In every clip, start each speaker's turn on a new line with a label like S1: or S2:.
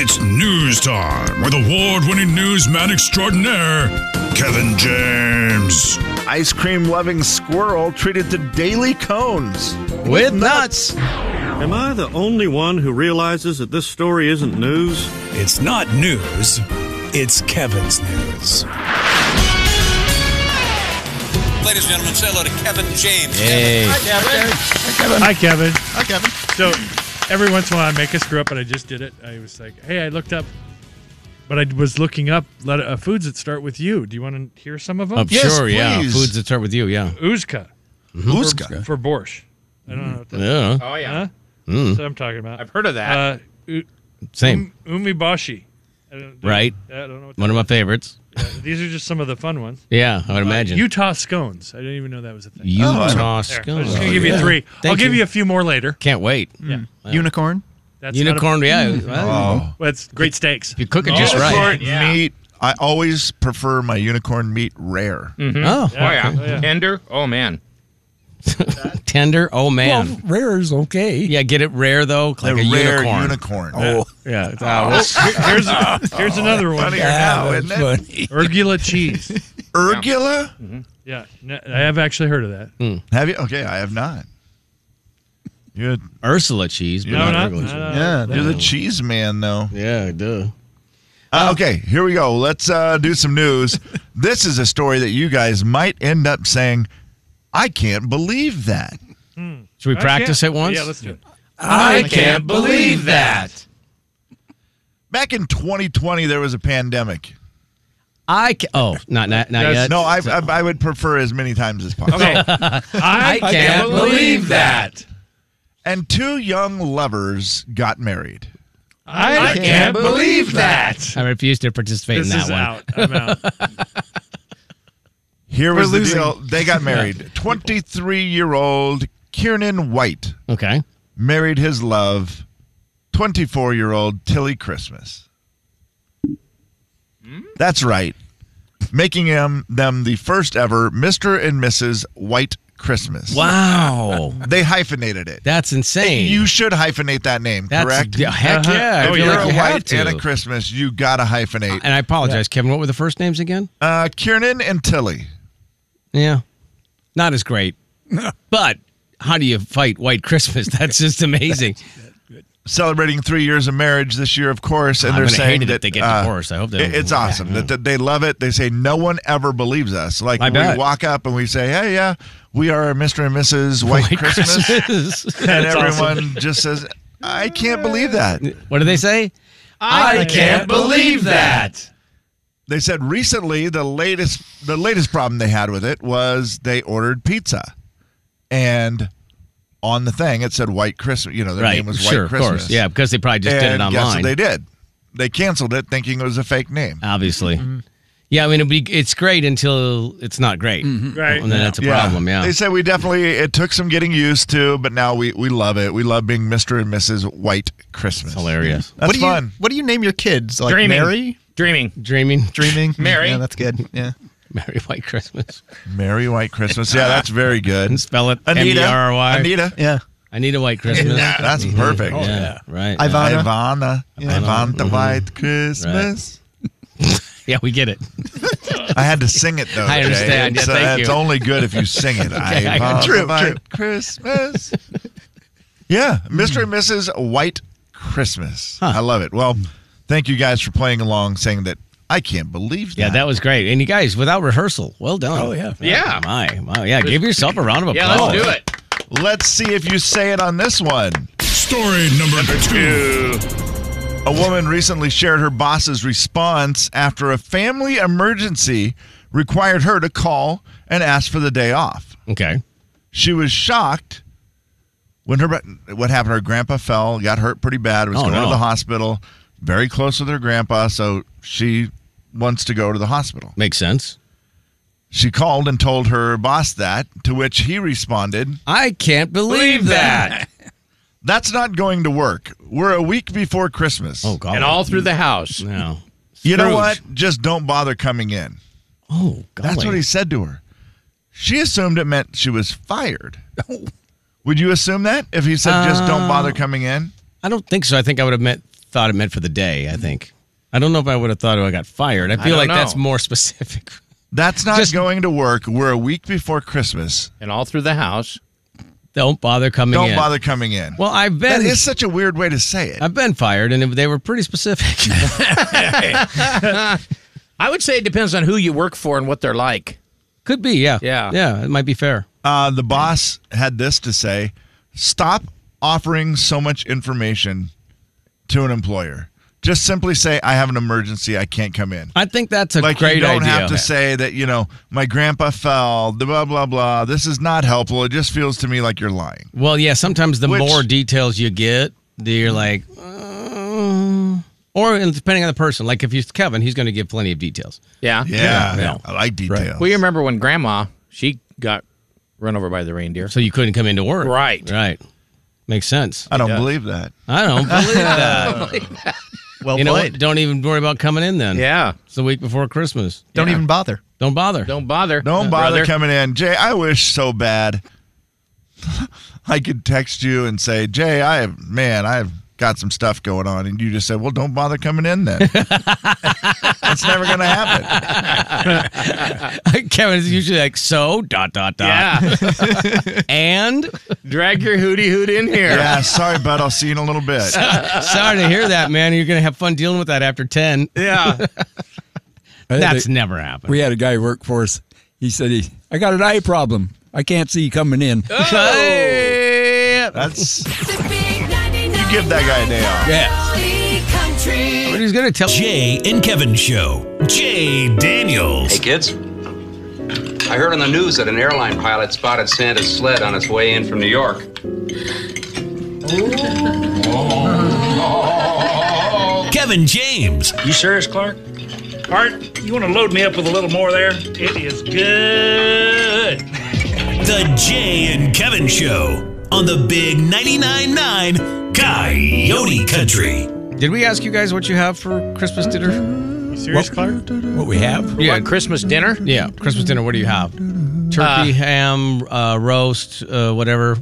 S1: It's news time with award winning newsman extraordinaire, Kevin James.
S2: Ice cream loving squirrel treated to daily cones.
S3: With nuts.
S4: Am I the only one who realizes that this story isn't news?
S5: It's not news, it's Kevin's news.
S6: Ladies and gentlemen, say hello to Kevin James.
S3: Hey.
S7: Hi, Kevin.
S8: Hi, Kevin.
S7: So every once in a while I make a screw up, and I just did it. I was like, hey, I looked up, but I was looking up let, uh, foods that start with you. Do you want to hear some of them?
S3: I'm
S8: Yes,
S3: Oh, sure, yeah.
S8: please.
S3: Foods that start with you, yeah.
S7: Uzka
S3: Mm-hmm.
S8: Uzka.
S7: for borscht. I don't know what that
S3: Yeah,
S9: Oh yeah,
S7: Huh? That's what I'm talking about.
S9: I've heard of that.
S7: Uh, u-
S3: same.
S7: umibashi. I don't,
S3: Right.
S7: I don't know what
S3: One of my favorites.
S7: that- These are just some of the fun ones.
S3: Yeah, I would
S7: Uh, Oh,
S3: imagine.
S7: Utah scones. I didn't even know that was a thing.
S3: Utah
S7: There.
S3: scone.
S7: I'm just gonna give you three. I'll
S3: Thank
S7: give you a few more later.
S3: Can't wait.
S8: Unicorn.
S7: That's not a- Mm. Oh,
S3: Unicorn, yeah. well,
S8: Oh.
S7: well, it's great steaks.
S3: If you cook it just
S8: Unicorn
S3: right.
S9: Yeah.
S8: meat. I always prefer my unicorn meat rare.
S3: Oh,
S9: oh yeah,
S7: Oh, yeah.
S9: tender. Oh man,
S3: tender. Oh, man.
S10: Well, rare is okay.
S3: yeah, get it rare, though. Like
S8: The
S3: a
S8: rare
S3: unicorn.
S8: unicorn.
S3: Oh, yeah. Uh, well,
S7: Here's, here's another one.
S8: Funnier now,
S10: that's
S8: isn't it?
S10: funny.
S7: Ergula cheese.
S8: Ergula?
S7: Yeah, n- I have actually heard of that.
S8: Have you? Okay, I have not. You're,
S3: Ursula cheese. But
S7: No,
S3: not
S7: not-
S3: regular
S7: no,
S3: cheese.
S7: no,
S8: yeah, you're the cheese man, though.
S3: Yeah, duh. Oh.
S8: Uh, okay, here we go. Let's uh, do some news. this is a story that you guys might end up saying, I can't believe that.
S3: Should we practice
S7: Yeah.
S3: it once?
S7: Yeah, let's do it.
S10: I
S3: can't believe that.
S8: Back in 2020, there was a pandemic.
S3: I ca- oh, not not, not
S7: Yes.
S3: yet.
S8: No, I, I, I would prefer as many times as possible.
S7: Okay,
S3: I can't believe that.
S8: And two young lovers got married.
S7: I can't believe that.
S3: I refuse to participate
S7: This
S3: in that
S7: is
S3: one.
S7: out. I'm out.
S8: Here was
S2: We're
S8: the
S2: losing.
S8: deal. They got married. 23 year old Kiernan White
S3: Okay.
S8: married his love, 24 year old Tilly Christmas. That's right. Making him, them the first ever Mr. and Mrs. White Christmas.
S3: Wow,
S8: They hyphenated it.
S3: that's insane.
S8: You should hyphenate that name,
S3: that's,
S8: correct?
S3: yeah, heck
S7: Uh-huh.
S3: yeah. I
S7: Oh,
S3: feel
S8: You're
S3: like you
S8: a
S3: have
S8: White
S3: to.
S8: and a Christmas. You gotta hyphenate.
S3: And I apologize, Kevin. What were the first names again?
S8: Uh, Kiernan and Tilly.
S3: Yeah, not as great. but how do you fight White Christmas? That's just amazing.
S8: celebrating three years of marriage this year, of course, and
S3: I'm
S8: they're
S3: gonna
S8: saying
S3: hate
S8: that
S3: it
S8: uh,
S3: if they get divorced. I hope they
S8: it-
S3: don't
S8: it's
S3: divorce.
S8: awesome that, that they love it. They say no one ever believes us. Like
S3: I
S8: we
S3: bet.
S8: walk up and we say, "Hey, yeah, we are Mr. and Mrs. White, Christmas,",
S3: Christmas.
S8: and everyone just says, "I can't believe that."
S3: what do they say? I can't believe that.
S8: They said recently the latest the latest problem they had with it was they ordered pizza, and on the thing it said White Christmas. You know, their
S3: Right.
S8: name was White
S3: Sure, of
S8: Christmas.
S3: course. Yeah, because they probably just did it
S8: and guess
S3: online.
S8: what they did? They canceled it, thinking it was a fake name.
S3: obviously. Yeah, I mean, it'd be, it's great until it's not great.
S7: Right.
S3: And then that's a problem, yeah.
S8: They said we definitely it took some getting used to, but now we we love it. We love being Mr. and Mrs. White Christmas.
S3: Hilarious.
S8: That's
S2: what do
S8: fun.
S2: You, what do you name your kids? Like
S9: dreaming.
S2: Mary?
S9: dreaming.
S3: Dreaming.
S2: Dreaming?
S9: Mary.
S2: Yeah, that's good. Yeah.
S3: Merry White Christmas.
S8: Merry White Christmas. Yeah, that's very good.
S3: And spell it
S9: E
S8: Anita.
S3: M-E-R-R-Y.
S8: Anita. Oh,
S2: Yeah.
S3: I need a White Christmas. Oh,
S8: That's perfect.
S3: yeah, right.
S2: I've- Ivana.
S8: Ivana.
S2: Yeah.
S8: Ivana
S3: Mm-hmm.
S8: the White Christmas.
S3: yeah, we get it.
S8: I had to sing it though.
S3: I understand.
S8: Jay.
S3: Yeah,
S8: It's,
S3: thank you.
S8: it's only good if you sing it.
S3: I-
S8: Ivana
S2: True,
S8: the White
S2: true.
S8: Christmas. yeah, Mr. and Mrs. White Christmas. I love it. Well, thank you guys for playing along, saying that I can't believe that.
S3: Yeah, that was great. And you guys, without rehearsal, well done.
S10: Oh, yeah.
S9: Yeah.
S3: My, my. Yeah, give yourself a round of
S9: Yeah,
S3: applause.
S9: let's do it.
S8: Let's see if you say it on this one.
S1: Story number two.
S8: A woman recently shared her boss's response after a family emergency required her to call and ask for the day off.
S3: Okay.
S8: She was shocked when her what happened. Her grandpa fell, got hurt pretty bad, was
S3: Oh,
S8: going
S3: no.
S8: to the hospital. Very close with her grandpa, so she wants to go to the hospital.
S3: Makes sense.
S8: She called and told her boss that, to which he responded,
S3: I can't believe that.
S8: "That's not going to work. We're a week before Christmas.
S3: Oh, God.
S9: And all through the house.
S3: No.
S8: you know
S3: Scrooge.
S8: what? Just don't bother coming in."
S3: Oh, God.
S8: That's what he said to her. She assumed it meant she was fired.
S3: Uh,
S8: Would you assume that if he said just don't bother coming in?
S3: I don't think so. I think I would have meant thought it meant for the day. I think. I don't know if I would have thought I got fired. I feel like
S9: don't
S3: that's
S9: know.
S3: more specific.
S8: That's not
S3: Just-
S8: going to work. We're a week before Christmas.
S9: and all through the house.
S3: Don't bother coming
S8: Don't
S3: in.
S8: bother coming in.
S3: Well, I've
S8: that
S3: been
S8: is such a weird way to say it.
S3: I've been fired, and they were pretty specific.
S9: I would say it depends on who you work for and what they're like.
S3: Could be, yeah,
S9: Yeah.
S3: yeah. It might be fair.
S8: Uh, the boss had this to say stop offering so much information to an employer. Just simply say, I have an emergency. I can't come in.
S3: I think that's a
S8: like
S3: great
S8: you don't
S3: idea.
S8: have to say that you know my grandpa fell the blah blah blah this is not helpful it just feels to me like you're lying
S3: Well, yeah. Sometimes the
S8: Which-
S3: more details you get, the- you're like, uh, or and depending on the person. Like if he's Kevin, he's going to give plenty of details.
S9: Yeah.
S8: yeah,
S3: Yeah.
S8: i like details
S9: Well, you remember when Grandma she got run over by the reindeer?
S3: So you couldn't come into work,
S9: Right.
S3: Right. Makes sense.
S8: i don't believe that
S3: I don't believe that.
S10: Well
S3: you know
S10: played.
S3: what? Don't even worry about coming in then.
S9: Yeah.
S3: It's the week before Christmas.
S10: Don't even bother.
S3: Don't bother.
S9: Don't bother.
S8: don't bother
S9: brother.
S8: coming in jay i wish so bad i could text you and say jay i have man i've got some stuff going on and you just said well don't bother coming in then that's never gonna happen
S3: Kevin is usually like, so dot dot dot.
S9: Yeah.
S3: And
S9: Drag your hooty hoot in here.
S8: yeah sorry bud i'll see you in a little bit
S3: sorry to hear that, man. You're gonna have fun dealing with that after ten.
S9: Yeah.
S11: I had
S3: That's
S11: a-
S3: never happened.
S11: we had a guy work for us. He said he, I got an eye problem. I can't see coming in.
S3: Hey!
S8: that's you give that guy a day off
S3: But he's gonna tell
S5: Jay and Kevin Show. Jay Daniels.
S6: kids. I heard on the news that an airline pilot spotted Santa's sled on its way in from New York.
S5: Kevin James.
S10: You serious, Clark? Art, you want to load me up with a little more there? It is good.
S5: The Jay and Kevin Show on the Big 99.9 9 Coyote Country.
S3: Did we ask you guys what you have for Christmas dinner?
S7: You serious, Clark?
S11: What we have?
S3: Yeah.
S9: What, Christmas dinner?
S3: Yeah, Christmas dinner. What do you have? Turkey, ham, uh, roast, uh, whatever.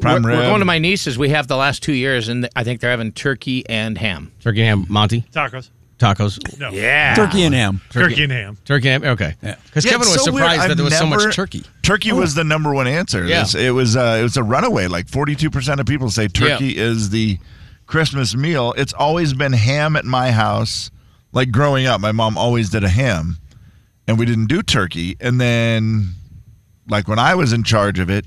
S8: prime
S9: We're
S8: rib.
S9: going to my niece's. We have the last two years, and I think they're having turkey and ham.
S3: Turkey, ham, Monty,
S7: Tacos.
S3: tacos.
S7: No.
S9: Yeah.
S11: Turkey and ham.
S7: Turkey and ham.
S3: Turkey, ham. Okay.
S11: Yeah.
S3: Because
S8: Yeah,
S3: Kevin
S8: it's
S3: was
S8: so weird.
S3: surprised that
S8: I've
S3: there was so
S8: never-
S3: much turkey.
S8: Turkey was the number one answer.
S3: Yeah.
S8: This- it was. Uh, it was a runaway. Like forty two percent of people say turkey is the Christmas meal. It's always been ham at my house. Like growing up, my mom always did a ham, and we didn't do turkey. And then, like when I was in charge of it,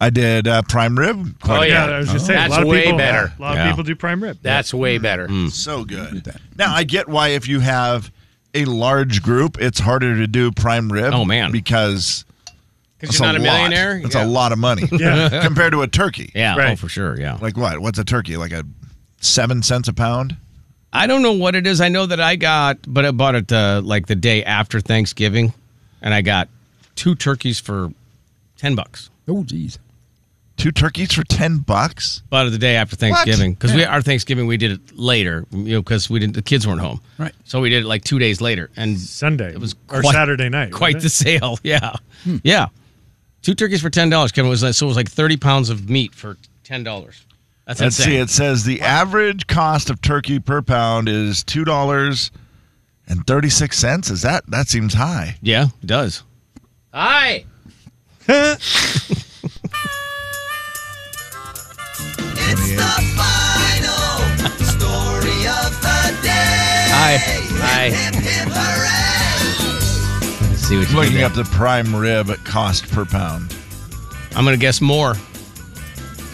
S8: I did uh, prime rib. quite
S9: Oh,
S8: a
S9: yeah.
S7: I was just
S9: Oh.
S7: saying.
S9: That's
S7: a lot of
S9: way
S7: people,
S9: better.
S7: A lot of
S3: Yeah.
S7: people do prime rib.
S9: That's way better.
S2: Mm.
S8: bit. so good. Now I get why if you have a large group, it's harder to do prime rib.
S3: Oh, man.
S8: because
S3: Because you're not a,
S8: lot.
S3: millionaire.
S8: That's
S3: yeah.
S8: a lot of money
S7: Yeah.
S8: compared to a turkey.
S3: Yeah. Oh,
S7: Right.
S3: for sure. Yeah.
S8: Like what? What's a turkey? Like a seven cents a pound?
S3: I don't know what it is. I know that I got, but I bought it uh, like the day after Thanksgiving, and I got two turkeys for ten bucks.
S11: Oh, geez.
S8: Two turkeys for ten bucks?
S3: Bought it the day after Thanksgiving because we our Thanksgiving we did it later, you know, because we didn't the kids weren't home,
S11: Right.
S3: So we did it like two days later, and
S7: Sunday.
S3: it was
S7: or
S3: quite-
S7: Saturday night.
S3: quite the
S7: wasn't
S3: sale. Yeah,
S8: Hmm.
S3: yeah, two turkeys for ten dollars. Kevin was like, so it was like thirty pounds of meat for ten dollars. That's
S8: Let's
S3: insane.
S8: see. It says the average cost of turkey per pound is two dollars and thirty six cents. Is that that seems high?
S3: Yeah, it does.
S9: Hi.
S3: I
S9: Hi.
S3: see what you
S8: Looking
S3: did there.
S8: up the prime rib cost per pound.
S3: I'm gonna guess more.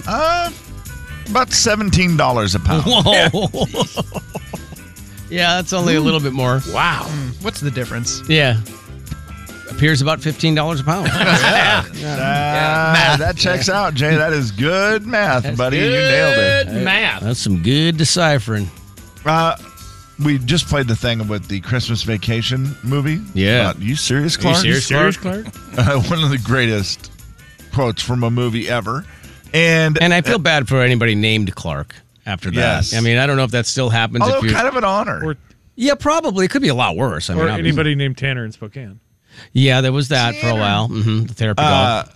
S8: Uh about seventeen dollars a pound.
S3: Whoa. yeah, that's only a little bit more.
S9: Wow.
S10: What's the difference?
S3: Yeah. Appears about fifteen dollars a pound.
S8: Ah, That checks out, Jay. That is good math, buddy. You nailed it.
S9: Good math.
S3: That's some good deciphering.
S8: Uh, we just played the thing with the Christmas Vacation movie.
S3: Yeah.
S8: Uh, you serious,
S3: you
S8: Clark?
S3: serious,
S7: Serious, Clark?
S8: Uh, one of the greatest quotes from a movie ever. And,
S3: And I feel bad for anybody named Clark after that.
S8: Yes.
S3: I mean, I don't know if that still happens.
S8: although
S3: if you're,
S8: kind of an honor.
S7: Or,
S3: yeah, probably. It could be a lot worse. I mean,
S7: or
S3: obviously.
S7: anybody named Tanner in Spokane.
S3: Yeah, there was that for a while. hmm the therapy
S8: Uh,
S3: dog.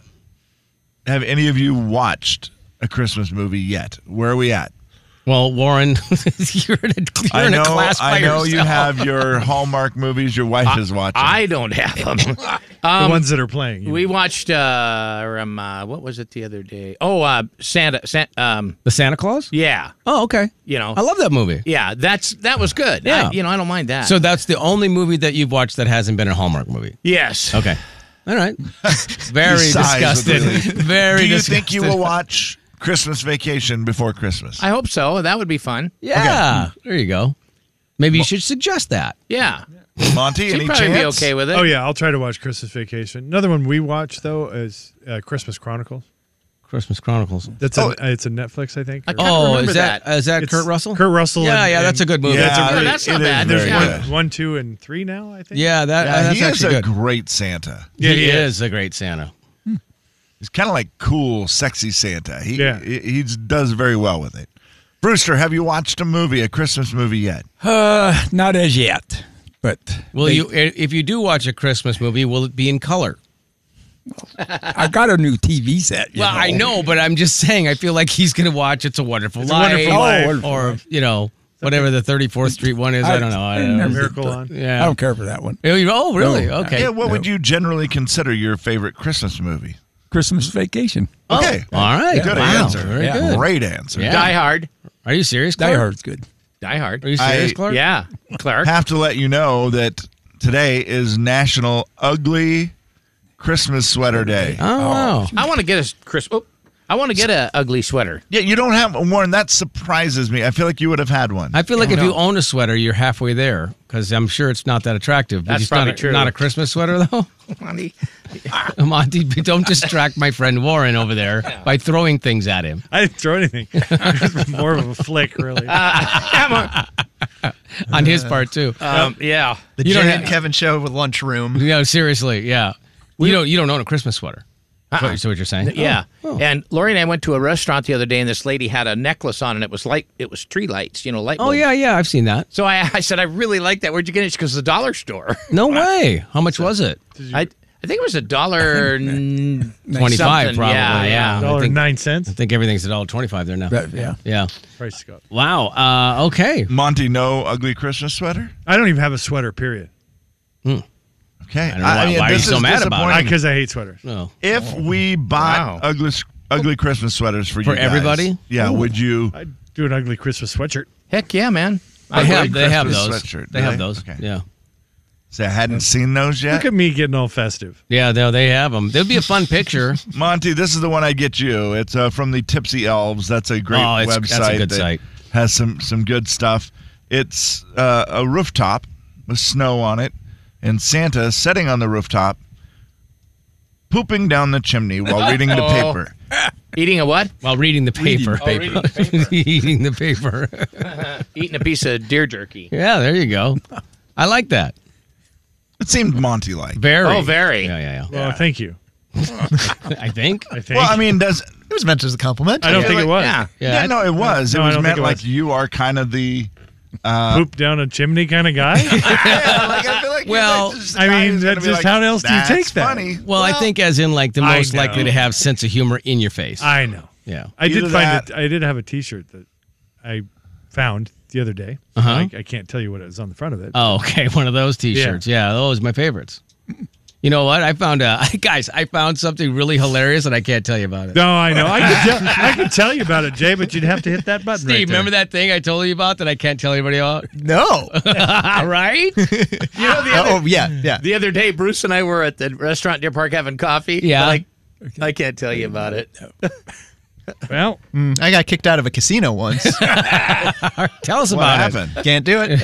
S8: have any of you watched a Christmas movie yet? Where are we at?
S3: Well, Warren, you're in a, you're
S8: I
S3: in
S8: know,
S3: a class by
S8: I know you
S3: yourself.
S8: have your Hallmark movies your wife is watching.
S9: I don't have them.
S3: Um,
S7: the ones that are playing.
S9: We watched uh, um, uh, what was it the other day? Oh, uh, Santa, San, um,
S3: the Santa Claus.
S9: Yeah.
S3: Oh, okay.
S9: You know,
S3: I love that movie.
S9: Yeah, that's that was good.
S3: Yeah.
S9: I- you know, I don't mind that.
S3: So that's the only movie that you've watched that hasn't been a Hallmark movie.
S9: yes.
S3: Okay. All right. Very
S8: He sighs with
S3: disgusted.
S8: relief.
S3: Very.
S8: Do you
S3: disgusted.
S8: think you will watch Christmas Vacation before Christmas?
S9: I hope so. That would be fun.
S3: Yeah. There you go. Maybe you should suggest that.
S9: Yeah.
S8: Monty,
S9: She'd
S8: any
S9: probably be
S8: chance?
S9: okay with it.
S7: Oh yeah, I'll try to watch Christmas Vacation. Another one we watch though is uh, Christmas Chronicles.
S3: Christmas Chronicles.
S7: That's a, it's a Netflix, I think.
S9: I
S7: or-
S9: kinda
S3: Oh,
S9: remember
S3: is that
S9: that.
S3: is that
S7: It's
S3: Kurt Russell?
S7: Kurt Russell.
S3: Yeah,
S7: and-
S3: yeah, that's a
S7: and-
S3: good movie. Uh,
S8: Yeah,
S7: That's a
S9: No,
S7: really-
S9: that's
S8: it
S9: not
S8: is
S9: bad.
S8: very
S9: Yeah.
S8: good.
S7: One, one, two, and three now. I think.
S3: Yeah, that
S8: Yeah,
S3: Uh, that's
S8: he is
S3: actually
S8: a
S3: good.
S8: great Santa.
S7: Yeah,
S3: he,
S7: he
S3: is a great Santa.
S8: He's kind of like cool, sexy Santa. He,
S7: Yeah.
S8: he he does very well with it. Brewster, have you watched a movie, a Christmas movie yet?
S11: Uh, not as yet, but
S3: Will
S11: they-
S3: you if you do watch a Christmas movie, will it be in color?
S11: I got a new TV set. you
S3: well, I know, but I'm just saying. I feel like he's going to watch "It's a Wonderful
S7: It's a
S3: Life,"
S7: Wonderful Life.
S3: or, or, you know whatever the 34th Street one is. I, don't know. I don't know.
S11: never
S7: Miracle
S11: did
S7: on.
S11: that.
S3: Yeah.
S11: I don't care for that one.
S3: Oh, you- Oh, really?
S11: No.
S3: Okay.
S8: yeah, what would
S11: no.
S8: you generally consider your favorite Christmas movie?
S11: Christmas Vacation.
S8: Okay.
S3: All right.
S8: Good
S3: wow.
S8: answer.
S3: Very
S11: Yeah.
S3: Oh, uh, good.
S8: Great answer.
S3: Yeah.
S9: Die Hard.
S3: Are you serious? Clark?
S11: Die Hard's good.
S9: Die Hard.
S3: Are you serious,
S8: I-
S3: Clark?
S9: Yeah. Clark.
S8: Have to let you know that today is National Ugly Christmas Sweater Day.
S3: Oh, wow.
S9: I want to get a Chris. Oh, I want to get a ugly sweater.
S8: Yeah, you don't have Warren. That surprises me. I feel like you would have had one.
S3: I feel like if
S9: don't
S3: you
S9: know.
S3: own a sweater, you're halfway there because I'm sure it's not that attractive.
S9: That's
S3: it's not
S9: probably
S3: a,
S9: true.
S3: Not a Christmas sweater though.
S9: Monty.
S3: Monty, don't distract my friend Warren over there by throwing things at him.
S7: I didn't throw anything. It was more of a flick, really.
S9: Come on.
S3: On his part too.
S9: Um, yeah.
S12: The
S3: You don't
S12: Jen
S3: have-
S12: and Kevin show with lunchroom.
S3: You know, seriously, yeah. you don't you don't own a Christmas sweater. Is what- Is what you're saying?
S9: Yeah.
S3: Oh, oh.
S9: And Lori and I went to a restaurant the other day, and this lady had a necklace on, and it was light. It was tree lights, you know, light.
S3: Oh
S9: bulbs.
S3: yeah, yeah. I've seen that.
S9: So I, I said, I really like that. Where'd you get it? She goes, the dollar store.
S3: No way. How much was it?
S9: I, I think it was a dollar
S3: Twenty
S9: twenty
S3: five, probably. Yeah, I
S7: Dollar
S3: think,
S7: nine
S3: I
S7: cents.
S3: think everything's a dollar twenty five there now.
S11: But, yeah.
S3: Yeah.
S7: Price to go. up.
S3: Wow. Uh, okay.
S8: Monty, no ugly Christmas sweater.
S7: I don't even have a sweater. Period.
S8: Okay,
S3: don't know why- why are you
S8: this
S3: so
S8: is
S3: mad about it?
S8: disappointing.
S7: Because I hate sweaters.
S3: No.
S8: If we bought
S9: Wow.
S8: ugly, ugly Christmas sweaters for you,
S3: For
S8: guys,
S3: everybody?
S8: yeah, would you?
S7: I do an ugly Christmas sweatshirt.
S9: Heck yeah, man.
S3: They have they have
S8: Christmas
S3: those.
S8: sweatshirt,
S3: they
S8: do
S3: have
S8: they?
S3: those.
S8: Okay.
S3: Yeah.
S8: Say I hadn't seen those yet,
S7: Look at me getting all festive.
S3: Yeah, they they have them. That'd be a fun picture.
S8: Monty. This is the one I get you. It's uh, from the Tipsy Elves. That's a great
S3: Oh, it's-
S8: website.
S3: that's a good
S8: that
S3: site.
S8: Has some some good stuff. It's uh, a rooftop with snow on it, and Santa sitting on the rooftop, pooping down the chimney while reading the
S9: Oh.
S8: paper.
S9: Eating a what?
S3: While reading the paper.
S9: Reading the paper.
S3: Eating the paper.
S9: Eating a piece of deer jerky.
S3: yeah, there you go. I like that.
S8: It seemed Monty like.
S3: Very.
S9: Oh, very.
S3: Yeah, yeah, yeah.
S7: Well, thank you.
S3: I think.
S7: I think.
S8: Well, I mean, does
S12: It was meant as a compliment.
S7: I don't think it was.
S9: Yeah.
S8: Yeah,
S3: I-
S8: no, it was.
S7: No,
S8: it
S7: I
S8: was
S7: don't
S8: meant
S7: think it
S8: like
S7: was.
S8: you are kind of the.
S7: Poop down a chimney kind of guy.
S8: Yeah, like I feel like.
S3: Well,
S7: I mean, that's just- how else do you take that?"
S8: Funny.
S3: Well, I think as in like the
S7: I
S3: most likely
S7: know.
S3: to have sense of humor in your face.
S7: I know.
S3: yeah.
S7: I
S8: Either
S7: did find
S8: that-
S7: it. I did have a T-shirt that I found the other day. I, I can't tell you what it was on the front of it.
S3: Oh, okay. One of those T-shirts. Yeah, those are my favorites. You know what? I found uh, guys. I found something really hilarious, and I can't tell you about it.
S7: no, I know. I could, tell, I could tell you about it, Jay, but you'd have to hit that button.
S3: Steve, remember that thing I told you about that I can't tell anybody about?
S12: No.
S3: All right?
S9: You know, the other,
S12: oh, yeah, yeah.
S9: the other day, Bruce and I were at the restaurant near Park having coffee.
S3: Yeah.
S9: Like, I can't tell you about it.
S7: that? Well,
S12: Mm, I got kicked out of a casino once.
S3: tell
S8: What
S3: us about
S8: happened?
S12: Can't do it.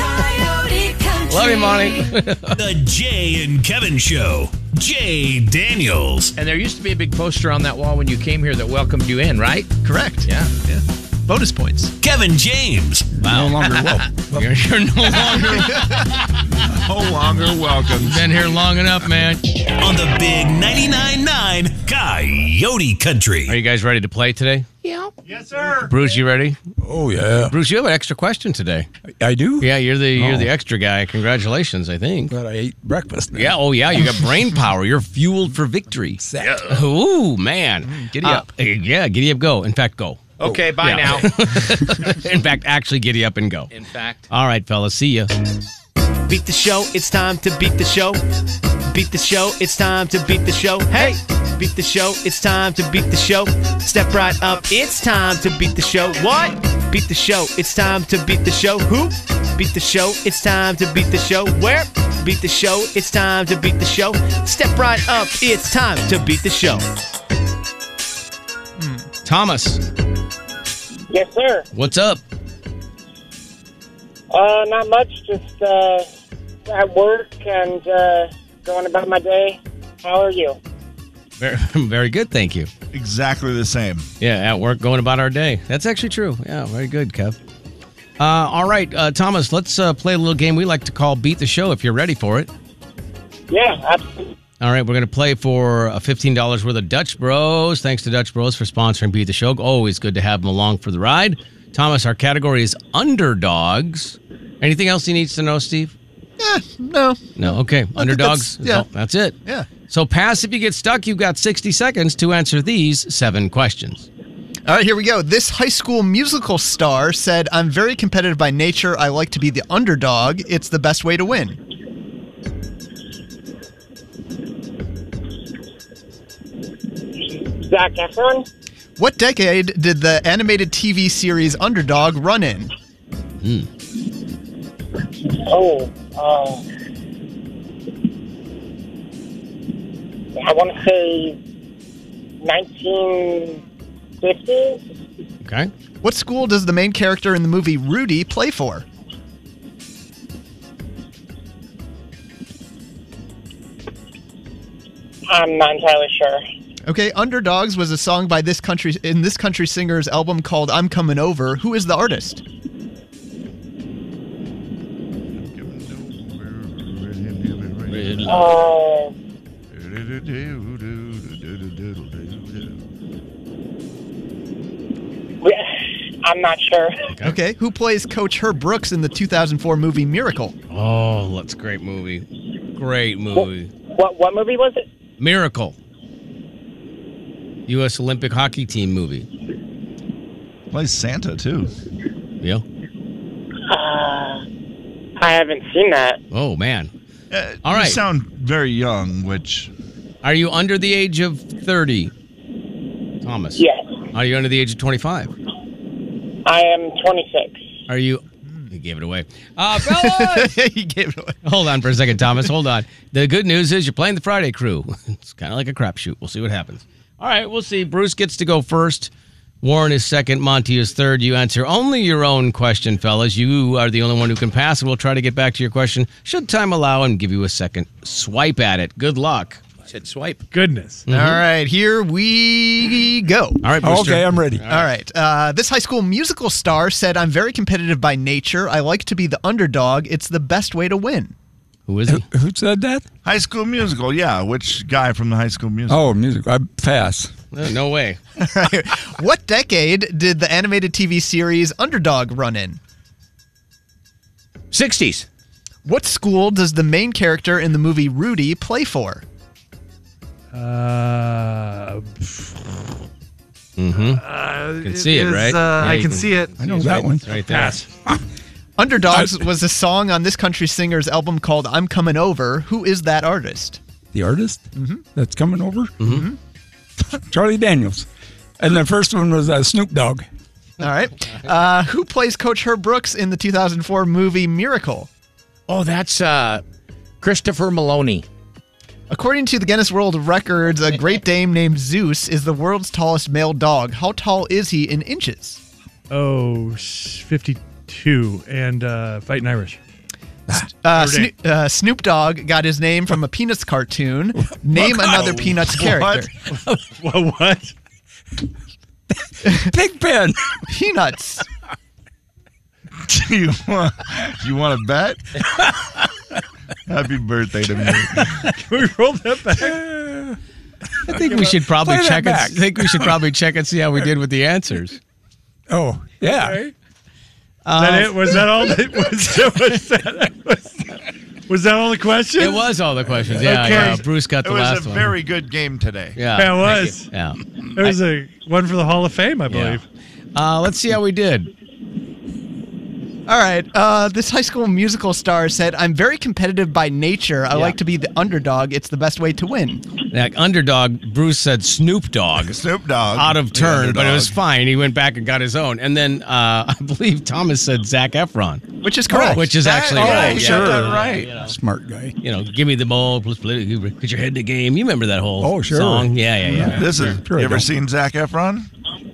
S3: it. Love you, Monty.
S5: The Jay and Kevin Show. Jay Daniels.
S9: And there used to be a big poster on that wall when you came here that welcomed you in, right?
S12: Correct.
S9: Yeah.
S12: Yeah. Bonus points.
S5: Kevin James.
S11: No longer woke.
S3: you're, you're no longer
S8: No longer welcome.
S3: been here long enough, man.
S5: On the big 99.9 Coyote Country.
S3: Are you guys ready to play today?
S9: Yeah.
S13: now?
S14: Yes, sir.
S3: Bruce, you ready?
S11: Oh yeah.
S3: Bruce, you have an extra question today.
S11: I do.
S3: Yeah, you're the
S11: Oh.
S3: you're the extra guy. Congratulations, I think.
S11: Glad I ate breakfast.
S3: Yeah. Oh yeah, you got brain power. You're fueled for victory. Yeah. Ooh
S11: Mm,
S3: man,
S13: giddy up.
S3: Uh, yeah, giddy up. Go. In fact, go.
S13: Okay, bye
S3: Yeah. In fact, actually, giddy up and go.
S13: In fact.
S3: All right, fellas. See ya.
S9: Beat the show, it's time to beat the show. Beat the show, it's time to beat the show. Hey! Beat the show, it's time to beat the show. Step right up, it's time to beat the show. What? Beat the show, it's time to beat the show. Who? Beat the show, it's time to beat the show. Where? Beat the show, it's time to beat the show. Step right up, it's time to beat the show.
S3: Thomas,
S15: Yes, sir.
S3: what's up?
S15: Uh, not much. Just uh, at work and uh, going about my day. How are you?
S3: Very, very good. Thank you.
S16: Exactly the same.
S3: Yeah, at work, going about our day. That's actually true. Yeah, very good, Kev. Uh, all right, uh, Thomas, let's uh, play a little game we like to call Beat the Show if you're ready for it.
S15: Yeah, absolutely.
S3: All right, we're going to play for uh, $15 worth of Dutch Bros. Thanks to Dutch Bros for sponsoring Beat the Show. Always good to have them along for the ride. Thomas, our category is underdogs. Anything else he needs to know, Steve?
S8: Eh, no.
S3: No, okay. Underdogs.
S8: that's- yeah.
S3: Oh, that's it.
S8: Yeah.
S3: So pass if you get stuck. You've got 60 seconds to answer these seven questions.
S8: All right, here we go. This high school musical star said, I'm very competitive by nature. I like to be the underdog. It's the best way to win.
S15: Zach Efron,
S8: What decade did the animated TV series Underdog run in?
S15: Oh, uh, I want to say 1950.
S3: Okay.
S8: What school does the main character in the movie Rudy play for?
S15: I'm not entirely sure.
S8: Okay, Underdogs was a song by this country in this country singer's album called I'm Coming Over. Who is the artist?
S15: Uh, I'm not sure.
S8: Okay. who plays Coach Herb Brooks in the 2004 movie Miracle?
S3: Oh, that's a great movie. Great movie.
S15: What what movie was it?
S3: Miracle. U.S. Olympic hockey team movie.
S16: Plays Santa too.
S3: Yeah.
S15: Uh, I haven't seen that.
S3: Oh man. All
S16: you
S3: right.
S16: sound very young, which
S3: Are you under the age of 30, Thomas?
S15: Yes.
S3: Are you under the age of 25?
S15: I am 26.
S3: Are you? He gave it away. Uh, fellas!
S8: he gave it away.
S3: Hold on for a second, Thomas. Hold on. The good news is you're playing the Friday crew. It's kind of like a crapshoot. We'll see what happens. All right, we'll see. Bruce gets to go first. Warren is second. Monty is third. You answer only your own question, fellas. You are the only one who can pass, and we'll try to get back to your question should time allow and give you a second swipe at it. Good luck.
S13: Said swipe.
S7: Goodness.
S8: All right, here we go.
S3: All right, Brewster. Oh, Okay, I'm
S11: ready.
S8: All right. Uh, this high school musical star said, I'm very competitive by nature. I like to be the underdog. It's the best way to win.
S3: Who is he?
S11: Who said that?
S16: High School Musical, yeah. Which guy from the High School Musical?
S11: Oh, music. I pass.
S3: No, no way.
S8: Oh. what decade did the animated TV series Underdog run in?
S13: 60s.
S8: What school does the main character in the movie Rudy play for?
S7: Uh,
S3: Mm-hmm.
S7: uh,
S3: can see it, right? Yeah, you can-
S11: I know that one.
S3: Right there.
S8: Underdogs was a song on this country singer's album called I'm Coming Over. Who is that artist?
S11: The artist that's coming over? Mm-hmm. Charlie Daniels. And the first one was uh, Snoop Dogg.
S8: All right. Uh, who plays Coach Herb Brooks in the 2004 movie Miracle?
S13: Oh, that's uh, Christopher Maloney.
S8: According to the Guinness World Records, a Great Dane named Zeus is the world's tallest male dog. How tall is he in inches?
S7: oh, sh- 52 and uh, Fighting Irish.
S8: Uh,
S7: Great Dane.
S8: Snoop, uh, Snoop Dogg got his name from a Peanuts cartoon. Name another Peanuts character.
S7: Wha- what?
S11: Pigpen.
S8: Peanuts.
S16: Do you want, you want to bet? Happy birthday to me.
S7: Can we roll that back?
S3: I think we should probably
S11: Play that
S3: check. And,
S11: back.
S3: I think we should probably check and see how we did with the answers. Uh,
S11: Oh, yeah.
S7: that
S8: Uh,
S7: it? Was that all? That was, was, that, was, was that all the questions?
S3: It was all the questions. Yeah, yeah. Bruce got the
S8: it was
S3: last
S8: a
S3: one.
S8: very good game today.
S3: Yeah,
S7: Yeah, it was.
S3: Yeah,
S7: There was a one for the Hall of Fame, I believe.
S3: Uh, let's see how we did.
S12: All right. Uh, this high school musical star said, I'm very competitive by nature. I like to be the underdog. It's the best way to win.
S3: That underdog, Bruce said Snoop Dogg.
S8: Snoop Dogg.
S3: Out of
S12: The
S3: turn, but it was
S12: underdog.
S3: fine. He went back and got his own. And then uh, I believe Thomas said Zach Efron.
S12: Which is correct.
S3: Which is
S12: That-
S3: actually
S12: oh,
S3: right.
S12: he
S3: yeah.
S12: said that
S3: Yeah,
S12: right.
S3: you know.
S11: Smart guy.
S3: You know, give me the ball, plus play, put your head in the game. You remember that whole
S8: Oh, sure.
S3: song? Yeah, yeah, yeah.
S8: This is.
S3: Sure I
S8: you ever
S3: don't.
S8: seen Zach Efron?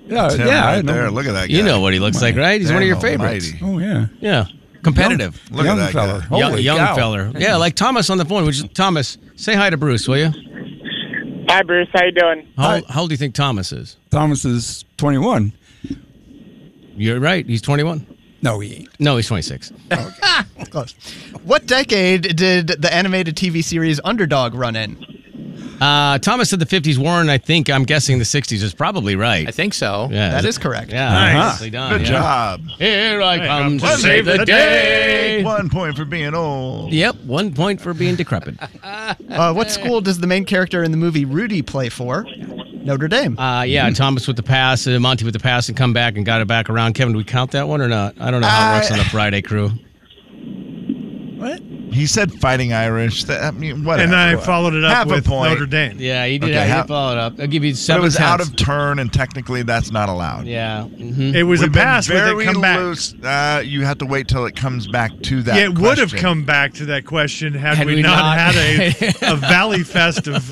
S11: Yeah,
S7: Uh,
S8: It's him
S3: yeah, I
S8: Right
S3: know.
S8: there. Look at that. Guy.
S3: You know what he looks like, right? He's one of your
S8: Damn
S3: favorites. Oh,
S11: Oh
S8: almighty.
S11: yeah.
S3: Yeah. Competitive.
S8: Young- Look at young that guy. feller.
S3: Young,
S8: Holy
S3: young
S8: cow.
S3: feller. Yeah, like Thomas on the phone. Which is, Thomas, say hi to Bruce, will you?
S15: Hi, Bruce. How you doing?
S3: How, how old do you think Thomas is?
S11: Thomas is 21.
S3: You're right. He's 21.
S11: No, he ain't.
S3: No, he's 26.
S12: Close. What decade did the animated TV series Underdog run in?
S3: Uh, Thomas said the 50s. Warren, I think, I'm guessing the 60s is probably right. I
S9: think so.
S3: Yeah.
S12: That is correct.
S3: Yeah.
S12: Nice.
S3: Nicely done.
S8: Good
S3: yeah.
S8: job.
S3: Here I
S8: Hey,
S3: come to
S8: one
S3: save the day.
S8: One point for being old.
S3: Yep. One point for being decrepit.
S12: Uh, what school does the main character in the movie Rudy play for? Notre Dame.
S3: Uh, yeah, Thomas with the pass, uh, Monty with the pass, and come back and got it back around. Kevin, do we count that one or not? I don't know how it works
S8: I-
S3: on the Friday crew.
S8: He said fighting Irish. That, I mean, whatever.
S7: And I followed it up
S8: Half a
S7: with
S8: point.
S7: Notre Dame.
S3: Yeah, he did.
S8: Okay,
S3: I
S8: how-
S3: followed up. I'll give you
S8: But it
S3: seven.
S8: was out
S3: tenths.
S8: of turn, and technically that's not allowed.
S3: Yeah. mhm.
S7: It was a
S8: We've been
S7: pass, but
S8: very
S7: they come back.
S8: loose. Uh, you have to wait till it comes back to that.
S7: yeah, it would have
S8: question.
S7: come back to that question had,
S3: Had
S7: we,
S3: we
S7: not,
S3: not-
S7: had a, a valley fest of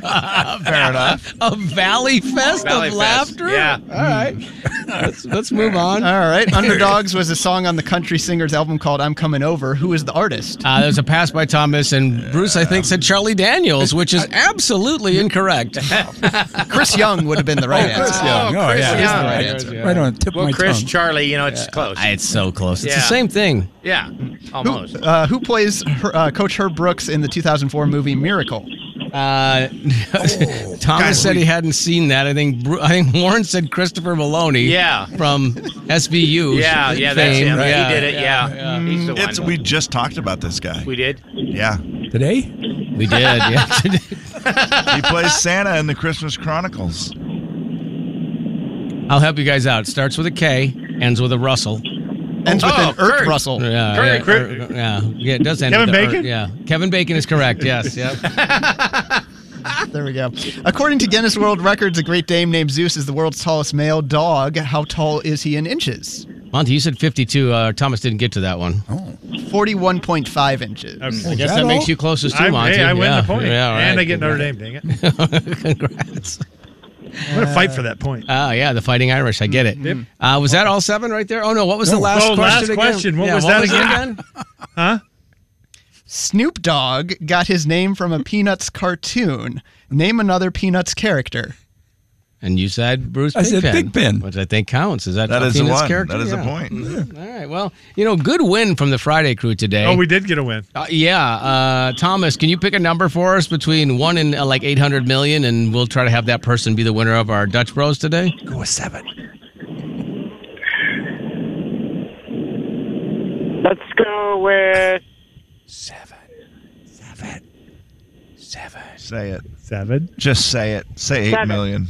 S8: Fair enough.
S3: a valley fest
S9: Valley
S3: of
S9: Fest,
S3: laughter.
S9: yeah.
S3: All right. let's let's move on.
S8: Uh,
S12: All right. Underdogs was a song on the country singer's album called I'm Coming Over. Who is the artist?
S3: Uh, there was a pass by Thomas and Bruce. I think said Charlie Daniels, which is absolutely incorrect.
S12: Chris Young would have been the right answer.
S11: Chris Young. Oh, yeah.
S12: Young.
S11: Right
S12: Yeah.
S11: answer. Right on the tip of
S9: Well,
S11: my
S9: Chris,
S11: tongue.
S9: Charlie, you know, it's close.
S3: It's so close. It's
S9: Yeah.
S3: the same thing.
S9: yeah, almost.
S12: Uh, who plays her, uh, Coach Herb Brooks in the 2004 movie Miracle?
S3: Uh, Thomas said he hadn't seen that. I think Bru- I think Warren said Christopher Maloney.
S9: Yeah.
S3: from SVU.
S9: yeah, yeah, that's
S3: fame.
S9: him.
S3: Yeah,
S9: he did it. Yeah, he's the
S8: It's,
S9: one.
S8: we just talked about this guy.
S9: we did.
S8: Yeah.
S11: Today?
S3: We did. Yeah.
S8: he plays Santa in the Christmas Chronicles.
S3: I'll help you guys out. Starts with a K, ends with a Russell.
S12: Ends with
S9: Oh,
S12: an Ert
S9: Kurt.
S12: Russell.
S3: Yeah,
S9: Correct.
S3: yeah, er, yeah, yeah, it does end.
S7: Kevin
S3: with the er-
S7: Bacon?
S3: yeah, Kevin Bacon is correct. Yes, yep.
S12: There we go. According to Guinness World Records, a Great Dame named Zeus is the world's tallest male dog. How tall is he in inches?
S3: Monty, you said 52. Uh, Thomas didn't get to that one.
S8: Oh,
S12: 41.5 inches.
S3: I guess that, makes you closest to
S7: I'm-
S3: Monty.
S7: Hey, I win
S3: Yeah,
S7: the point.
S3: yeah, all
S7: And I
S3: right,
S7: get Notre
S3: congrats.
S7: Dame, dang it. I'm going to fight for that point.
S3: Oh, yeah, the Fighting Irish. I get it.
S7: Yep.
S3: Uh, was that all seven right there? Oh, no. What was
S7: No.
S3: the last
S7: Mm-hmm. Oh,
S3: question?
S7: last
S3: again?
S7: question. What
S3: Yeah,
S7: was that again? Huh?
S12: Snoop Dogg got his name from a Peanuts cartoon. Name another Peanuts character.
S3: And you said Bruce
S11: I said
S3: Pigpen,
S11: Big Ben.
S3: which I think counts. Is that
S8: That
S3: a
S8: is the
S3: Phoenix
S8: one.
S3: character?
S8: That is the
S3: Yeah.
S8: point.
S3: Mhm. All right. Well, you know, good win from the Friday crew today.
S7: Oh, we did get a win.
S3: Uh, yeah, uh, Thomas, can you pick a number for us between one and uh, like eight hundred million, and we'll try to have that person be the winner of our Dutch Bros today.
S11: Go with seven.
S15: Let's go with
S11: Seven. Seven. Seven.
S8: Say it.
S7: Seven.
S8: Just say it. Say eight
S15: Seven.
S8: million.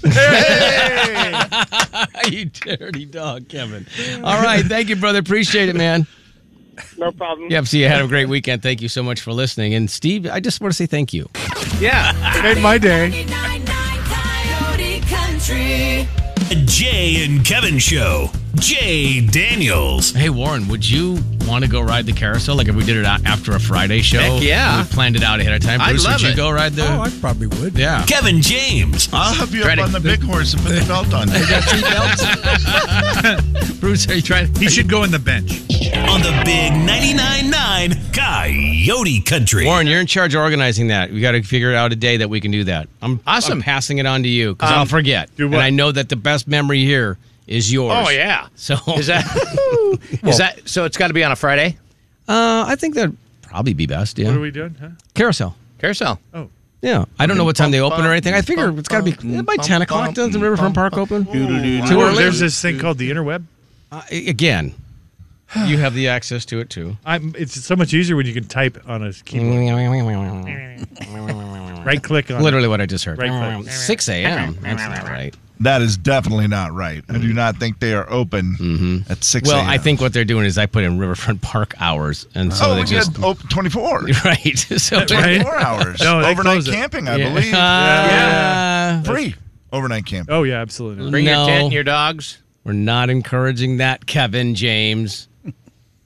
S3: you dirty dog, Kevin. All right, thank you, brother. Appreciate it, man.
S15: no problem.
S3: Yep. See, you had a great weekend. Thank you so much for listening. And Steve, I just want to say thank you.
S9: Yeah.
S7: Made my day.
S5: Coyote Country. Jay and Kevin Show. Jay Daniels.
S3: Hey, Warren, would you want to go ride the carousel? Like if we did it out after a Friday show?
S9: Heck yeah.
S3: We planned it out ahead of time.
S9: I'd
S3: Bruce,
S9: love
S3: would you
S9: it.
S3: go ride the?
S11: Oh, I probably would.
S3: yeah.
S5: Kevin James.
S8: I'll help you
S3: Ready.
S8: up on the big horse and put the belt on.
S3: Bruce, are you trying?
S7: He should go in the bench.
S5: On the big 99.9 9 Coyote Country.
S3: Warren, you're in charge of organizing that. We got to figure out a day that we can do that. I'm
S9: Awesome.
S3: I'm passing it on to you because
S9: Um,
S3: I'll forget.
S7: do
S3: And
S7: what?
S3: I know that the best memory here is yours.
S9: Oh yeah.
S3: So
S9: Is that? is that? So it's got to be on a Friday
S3: Uh, I think that'd probably be best.
S7: What are
S3: Yeah.
S7: we doing? Huh?
S3: Carousel.
S9: carousel.
S7: Oh.
S3: Yeah, I don't know what time they open or anything. I figure it's got to be by ten o'clock. Doesn't the Riverfront Park open? Too
S7: Or
S3: early.
S7: Oh, There's this thing called the interweb.
S3: Uh, again, you have the access to it too.
S7: I'm, it's so much easier when you can type on a keyboard. right click on
S3: Mm. Literally
S7: it.
S3: what I just heard.
S7: Right click.
S3: 6 a.m. That's not right.
S8: That is definitely not right. I do not think they are open at 6
S3: Mm-hmm. Well,
S8: a.m.
S3: I think what they're doing is I put in Riverfront Park hours, and so
S8: oh,
S3: they
S8: we
S3: just
S8: had open 24.
S3: right. So
S8: 24 hours. Overnight camping, I
S3: Yeah.
S8: believe.
S3: Uh,
S8: Free overnight camping.
S7: Oh, yeah, absolutely.
S9: Bring your tent and
S3: your dogs. We're not encouraging that, Kevin James.
S7: giving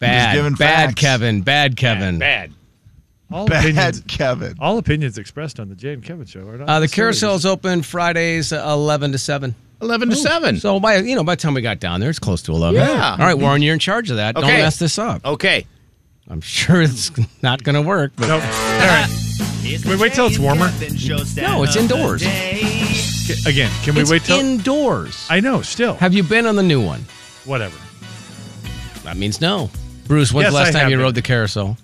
S3: Bad, bad,
S7: facts.
S3: Kevin. Bad, Kevin.
S9: Bad.
S7: All
S3: Bad
S7: opinions,
S8: Kevin.
S7: All opinions expressed on the Jay and Kevin show are not.
S3: Uh, the
S7: necessarily-
S3: carousel is open Fridays, uh, eleven to seven.
S9: Eleven to seven.
S3: So by you know by the time we got down there, it's close to eleven.
S9: Yeah.
S3: All right, Warren, you're in charge of that. Don't
S9: Okay.
S3: mess this up.
S9: Okay.
S3: I'm sure it's not going to work. But
S7: Nope. All right. Can we wait till it's warmer?
S3: No,
S9: uh,
S3: it's indoors.
S7: Ca- Again, can we
S3: It's
S7: wait till
S3: indoors?
S7: I know. Still,
S3: have you been on the new one?
S7: Whatever.
S3: That means no. Bruce, when's
S7: Yes,
S3: the last
S7: I
S3: time
S7: have
S3: you
S7: been.
S3: rode the carousel?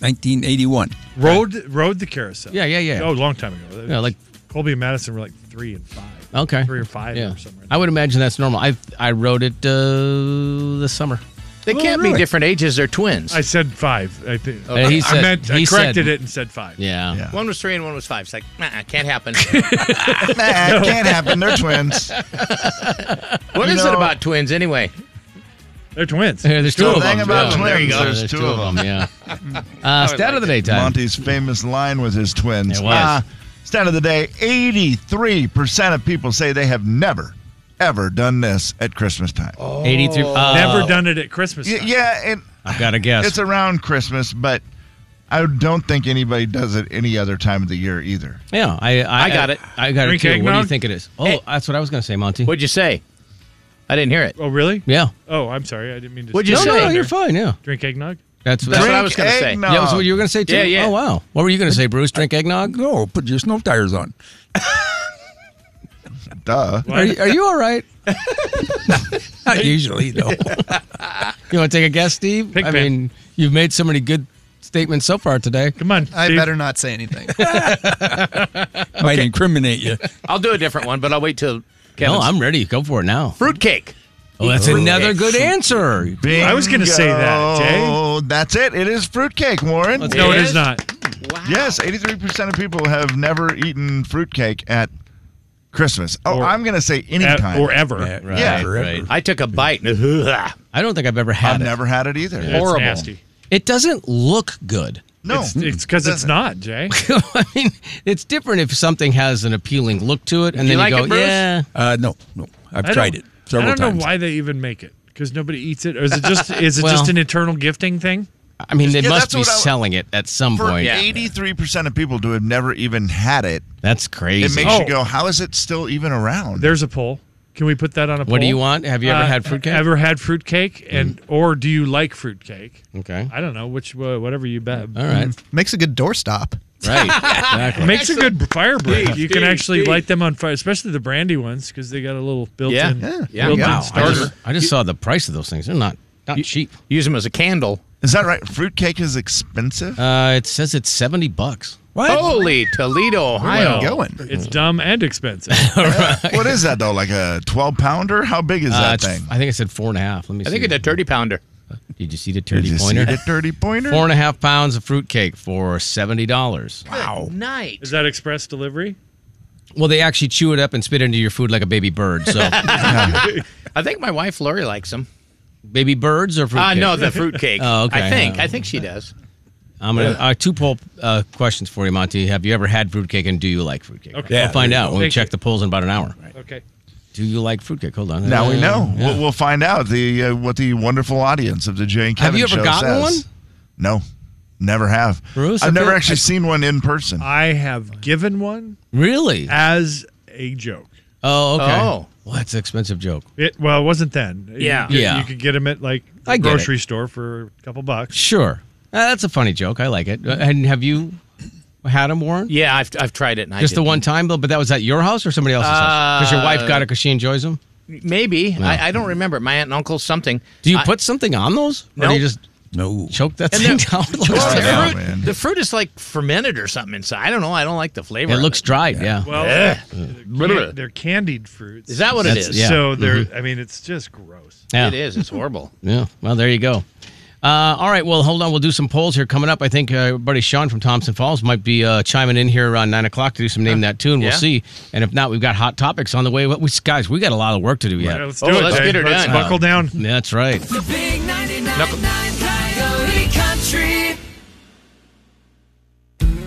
S11: 1981.
S7: Rode rode the carousel.
S3: Yeah, yeah, yeah.
S7: Oh, a long time ago. That
S3: Yeah,
S7: was-
S3: like-
S7: Colby and Madison were like three and five.
S3: Okay.
S7: Three or five
S3: Yeah.
S7: or somewhere.
S3: I would imagine that's normal. I I rode it uh, this summer.
S9: They can't be different ages. They're twins.
S7: I said five. I think.
S3: Uh, he
S7: I
S3: said-
S7: meant
S3: he
S7: I corrected
S3: said-
S7: it and said five.
S3: Yeah.
S9: One was three and one was five. It's like, nah, can't happen.
S8: Nah, can't happen. They're twins.
S9: What
S8: You
S9: is it
S8: know-
S9: about twins anyway?
S7: They're twins.
S3: there's two
S8: The
S3: of
S8: thing
S3: them.
S8: about
S3: yeah.
S8: twins,
S3: There you go.
S8: there's, two, of them.
S3: Yeah. Uh, stat of the day time.
S8: Monty's famous line with his twins.
S3: It was.
S8: stat of the day 83% of people say they have never, ever done this at Christmas time.
S3: 83 oh.
S7: Never done it at Christmas.
S8: Y-
S7: time.
S8: yeah, and
S3: I've got to guess.
S8: it's around Christmas, but I don't think anybody does it any other time of the year either.
S3: yeah, I, I
S9: I got it.
S3: I got
S7: Drink
S3: it too. What do you
S7: eggnog?
S3: think it is? Oh, that's what I was going to say, Monty.
S9: What'd you say? I didn't hear it.
S7: Oh, really?
S3: Yeah.
S7: Oh, I'm sorry. I didn't mean to.
S9: What'd you
S7: say?
S9: say?
S3: No, you're fine. Yeah.
S7: Drink eggnog.
S3: That's,
S9: That's what I was gonna say.
S3: Yeah, that's what you were going to say too.
S9: Yeah, yeah.
S3: Oh wow. What were you going to say, Bruce? Drink eggnog?
S11: No, put your snow tires on.
S8: Duh.
S3: Are you, are you all right?
S11: Not usually, though.
S3: You want to take a guess, Steve? I
S11: pen.
S3: mean, you've made so many good statements so far today.
S7: Come on.
S12: I
S7: Steve.
S12: better not say anything.
S11: Might incriminate you.
S9: I'll do a different one, but I'll wait till Kevin.
S3: No, I'm ready. Go for it now.
S9: fruitcake.
S3: Oh, that's
S9: Fruitcake.
S3: another good answer.
S7: I was gonna say that, Jay.
S8: Oh, that's it. It is fruitcake, Warren.
S7: No, it is not.
S8: Yes, 83% of people have never eaten fruitcake at Christmas. Oh,
S7: Or-
S8: I'm going to say anytime.
S7: or ever.
S3: Right,
S8: Yeah.
S3: right.
S9: I took a bite. and-
S3: I don't think I've ever had
S8: I've
S3: it.
S8: never had it either.
S7: That's
S9: Horrible.
S7: nasty.
S3: It doesn't look good.
S8: No.
S7: It's because it's,
S8: Doesn't.
S7: not, Jay.
S3: I mean, it's different if something has an appealing look to it, and
S9: You
S3: then
S9: like
S3: you go,
S9: it, Bruce?
S3: yeah.
S11: Uh, no, no. I've
S7: I
S11: tried
S7: don't-
S11: it several
S7: I don't
S11: times.
S7: know why they even make it because nobody eats it. Or is it just is it
S3: Well-
S7: just an eternal gifting thing?
S3: I mean, they
S8: Yeah,
S3: must
S8: that's
S3: be
S8: what I-
S3: selling it at some
S8: For
S3: point.
S8: 83% of people to have never even had it,
S3: That's
S8: it
S3: crazy.
S8: makes you
S7: Oh.
S8: go, how is it still even around?
S7: There's a poll. Can we put that on a poll?
S3: What do you want? Have you ever
S7: Uh,
S3: had fruitcake? Mm-hmm.
S7: Ever had fruitcake, and or do you like fruitcake?
S3: Okay.
S7: I don't know which uh, whatever you bet.
S3: All right.
S12: Makes a good doorstop.
S3: Right. Exactly.
S7: Makes a good fire break.
S9: Steve,
S7: You can
S9: Steve,
S7: actually
S9: Steve.
S7: light them on fire, especially the brandy ones because they got a little built-in,
S9: Yeah. Yeah.
S7: built-in
S3: Wow. I
S7: starter.
S3: just, I just saw the price of those things. They're not not cheap.
S9: Use them as a candle.
S8: Is that right? Fruitcake is expensive?
S3: Uh, it says it's seventy bucks.
S9: Holy Toledo, Ohio.
S8: Well, going?
S7: It's
S3: Mm.
S7: dumb and expensive.
S8: What is that, though? Like a 12 pounder? How big is
S3: Uh,
S8: that
S3: it's-
S8: thing?
S3: I think it said four and a half. Let me.
S9: I think
S3: see.
S9: it's a 30 pounder.
S3: Did you see the
S8: Did you
S3: turkey
S8: see
S3: pointer?
S8: the dirty pointer?
S3: Four and a half pounds of fruitcake for seventy dollars.
S9: Wow. Night.
S7: Is that express delivery?
S3: Well, they actually chew it up and spit it into your food like a baby bird. So,
S9: I think my wife Lori likes them.
S3: baby birds or fruitcake?
S9: Ah, no, the fruitcake.
S3: Oh, okay.
S9: I think.
S3: Yeah.
S9: I think she does.
S3: I'm gonna uh, two poll uh, questions for you, Monty. Have you ever had fruitcake, and do you like fruitcake?
S7: Okay.
S3: we'll
S7: Yeah,
S3: find
S7: there you
S3: out
S7: go.
S3: when we
S7: Thank
S3: check
S7: you.
S3: the polls in about an hour.
S7: Okay.
S3: Do you like fruitcake? Hold on.
S8: Now we
S3: Uh,
S8: know.
S3: yeah.
S8: We'll, we'll find out the uh, what the wonderful audience of the Jay and
S3: Have
S8: Kevin
S3: you ever
S8: show
S3: gotten
S8: says.
S3: one?
S8: No, never have.
S3: Bruce, I
S8: I've never
S3: feel-
S8: actually
S3: I-
S8: seen one in person.
S7: I have given one
S3: Really?
S7: Uh, as a joke.
S3: Oh, okay.
S9: Oh.
S3: well, that's an expensive joke.
S7: It well, it wasn't then. You
S9: Yeah.
S7: could-
S3: Yeah.
S7: You could get them at like
S3: I
S7: a
S3: get
S7: grocery store for a couple bucks.
S3: Sure, Uh, that's a funny joke. I like it. Uh, And have you had them, Warren?
S9: Yeah, I've, I've tried it. And
S3: Just
S9: I
S3: the
S9: didn't.
S3: one time, though. But that was at your house or somebody else's house? Because your wife got it because she enjoys them.
S9: Maybe. I, I don't remember. My aunt and uncle, something.
S3: Do you
S9: I-
S3: put something on those? Or do
S9: Nope.
S3: you just No. Choke that
S9: And
S3: thing
S9: the-
S3: down.
S9: well, the, fruit, the fruit is like fermented or something inside. I don't know. I don't like the flavor.
S3: It
S9: of
S3: looks dried, yeah.
S7: Well,
S9: Ugh.
S7: They're, can- they're candied fruits.
S9: Is that what it
S3: That's-
S9: is?
S3: yeah.
S7: So they're.
S3: Mhm.
S7: I mean, it's just gross.
S3: Yeah.
S9: It is. It's horrible.
S3: Yeah. Well, there you go. Uh, all right. Well, hold on. We'll do some polls here coming up. I think uh, buddy Sean from Thompson Falls might be uh, chiming in here around nine o'clock to do some name that tune. We'll
S9: Yeah.
S3: see. And if not, we've got hot topics on the way. What we guys, we got a lot of work to do yet.
S7: Right, let's do Oh, it, let's Dave. get her Let's done. buckle down.
S3: That's right.
S17: The big 99.9 Nine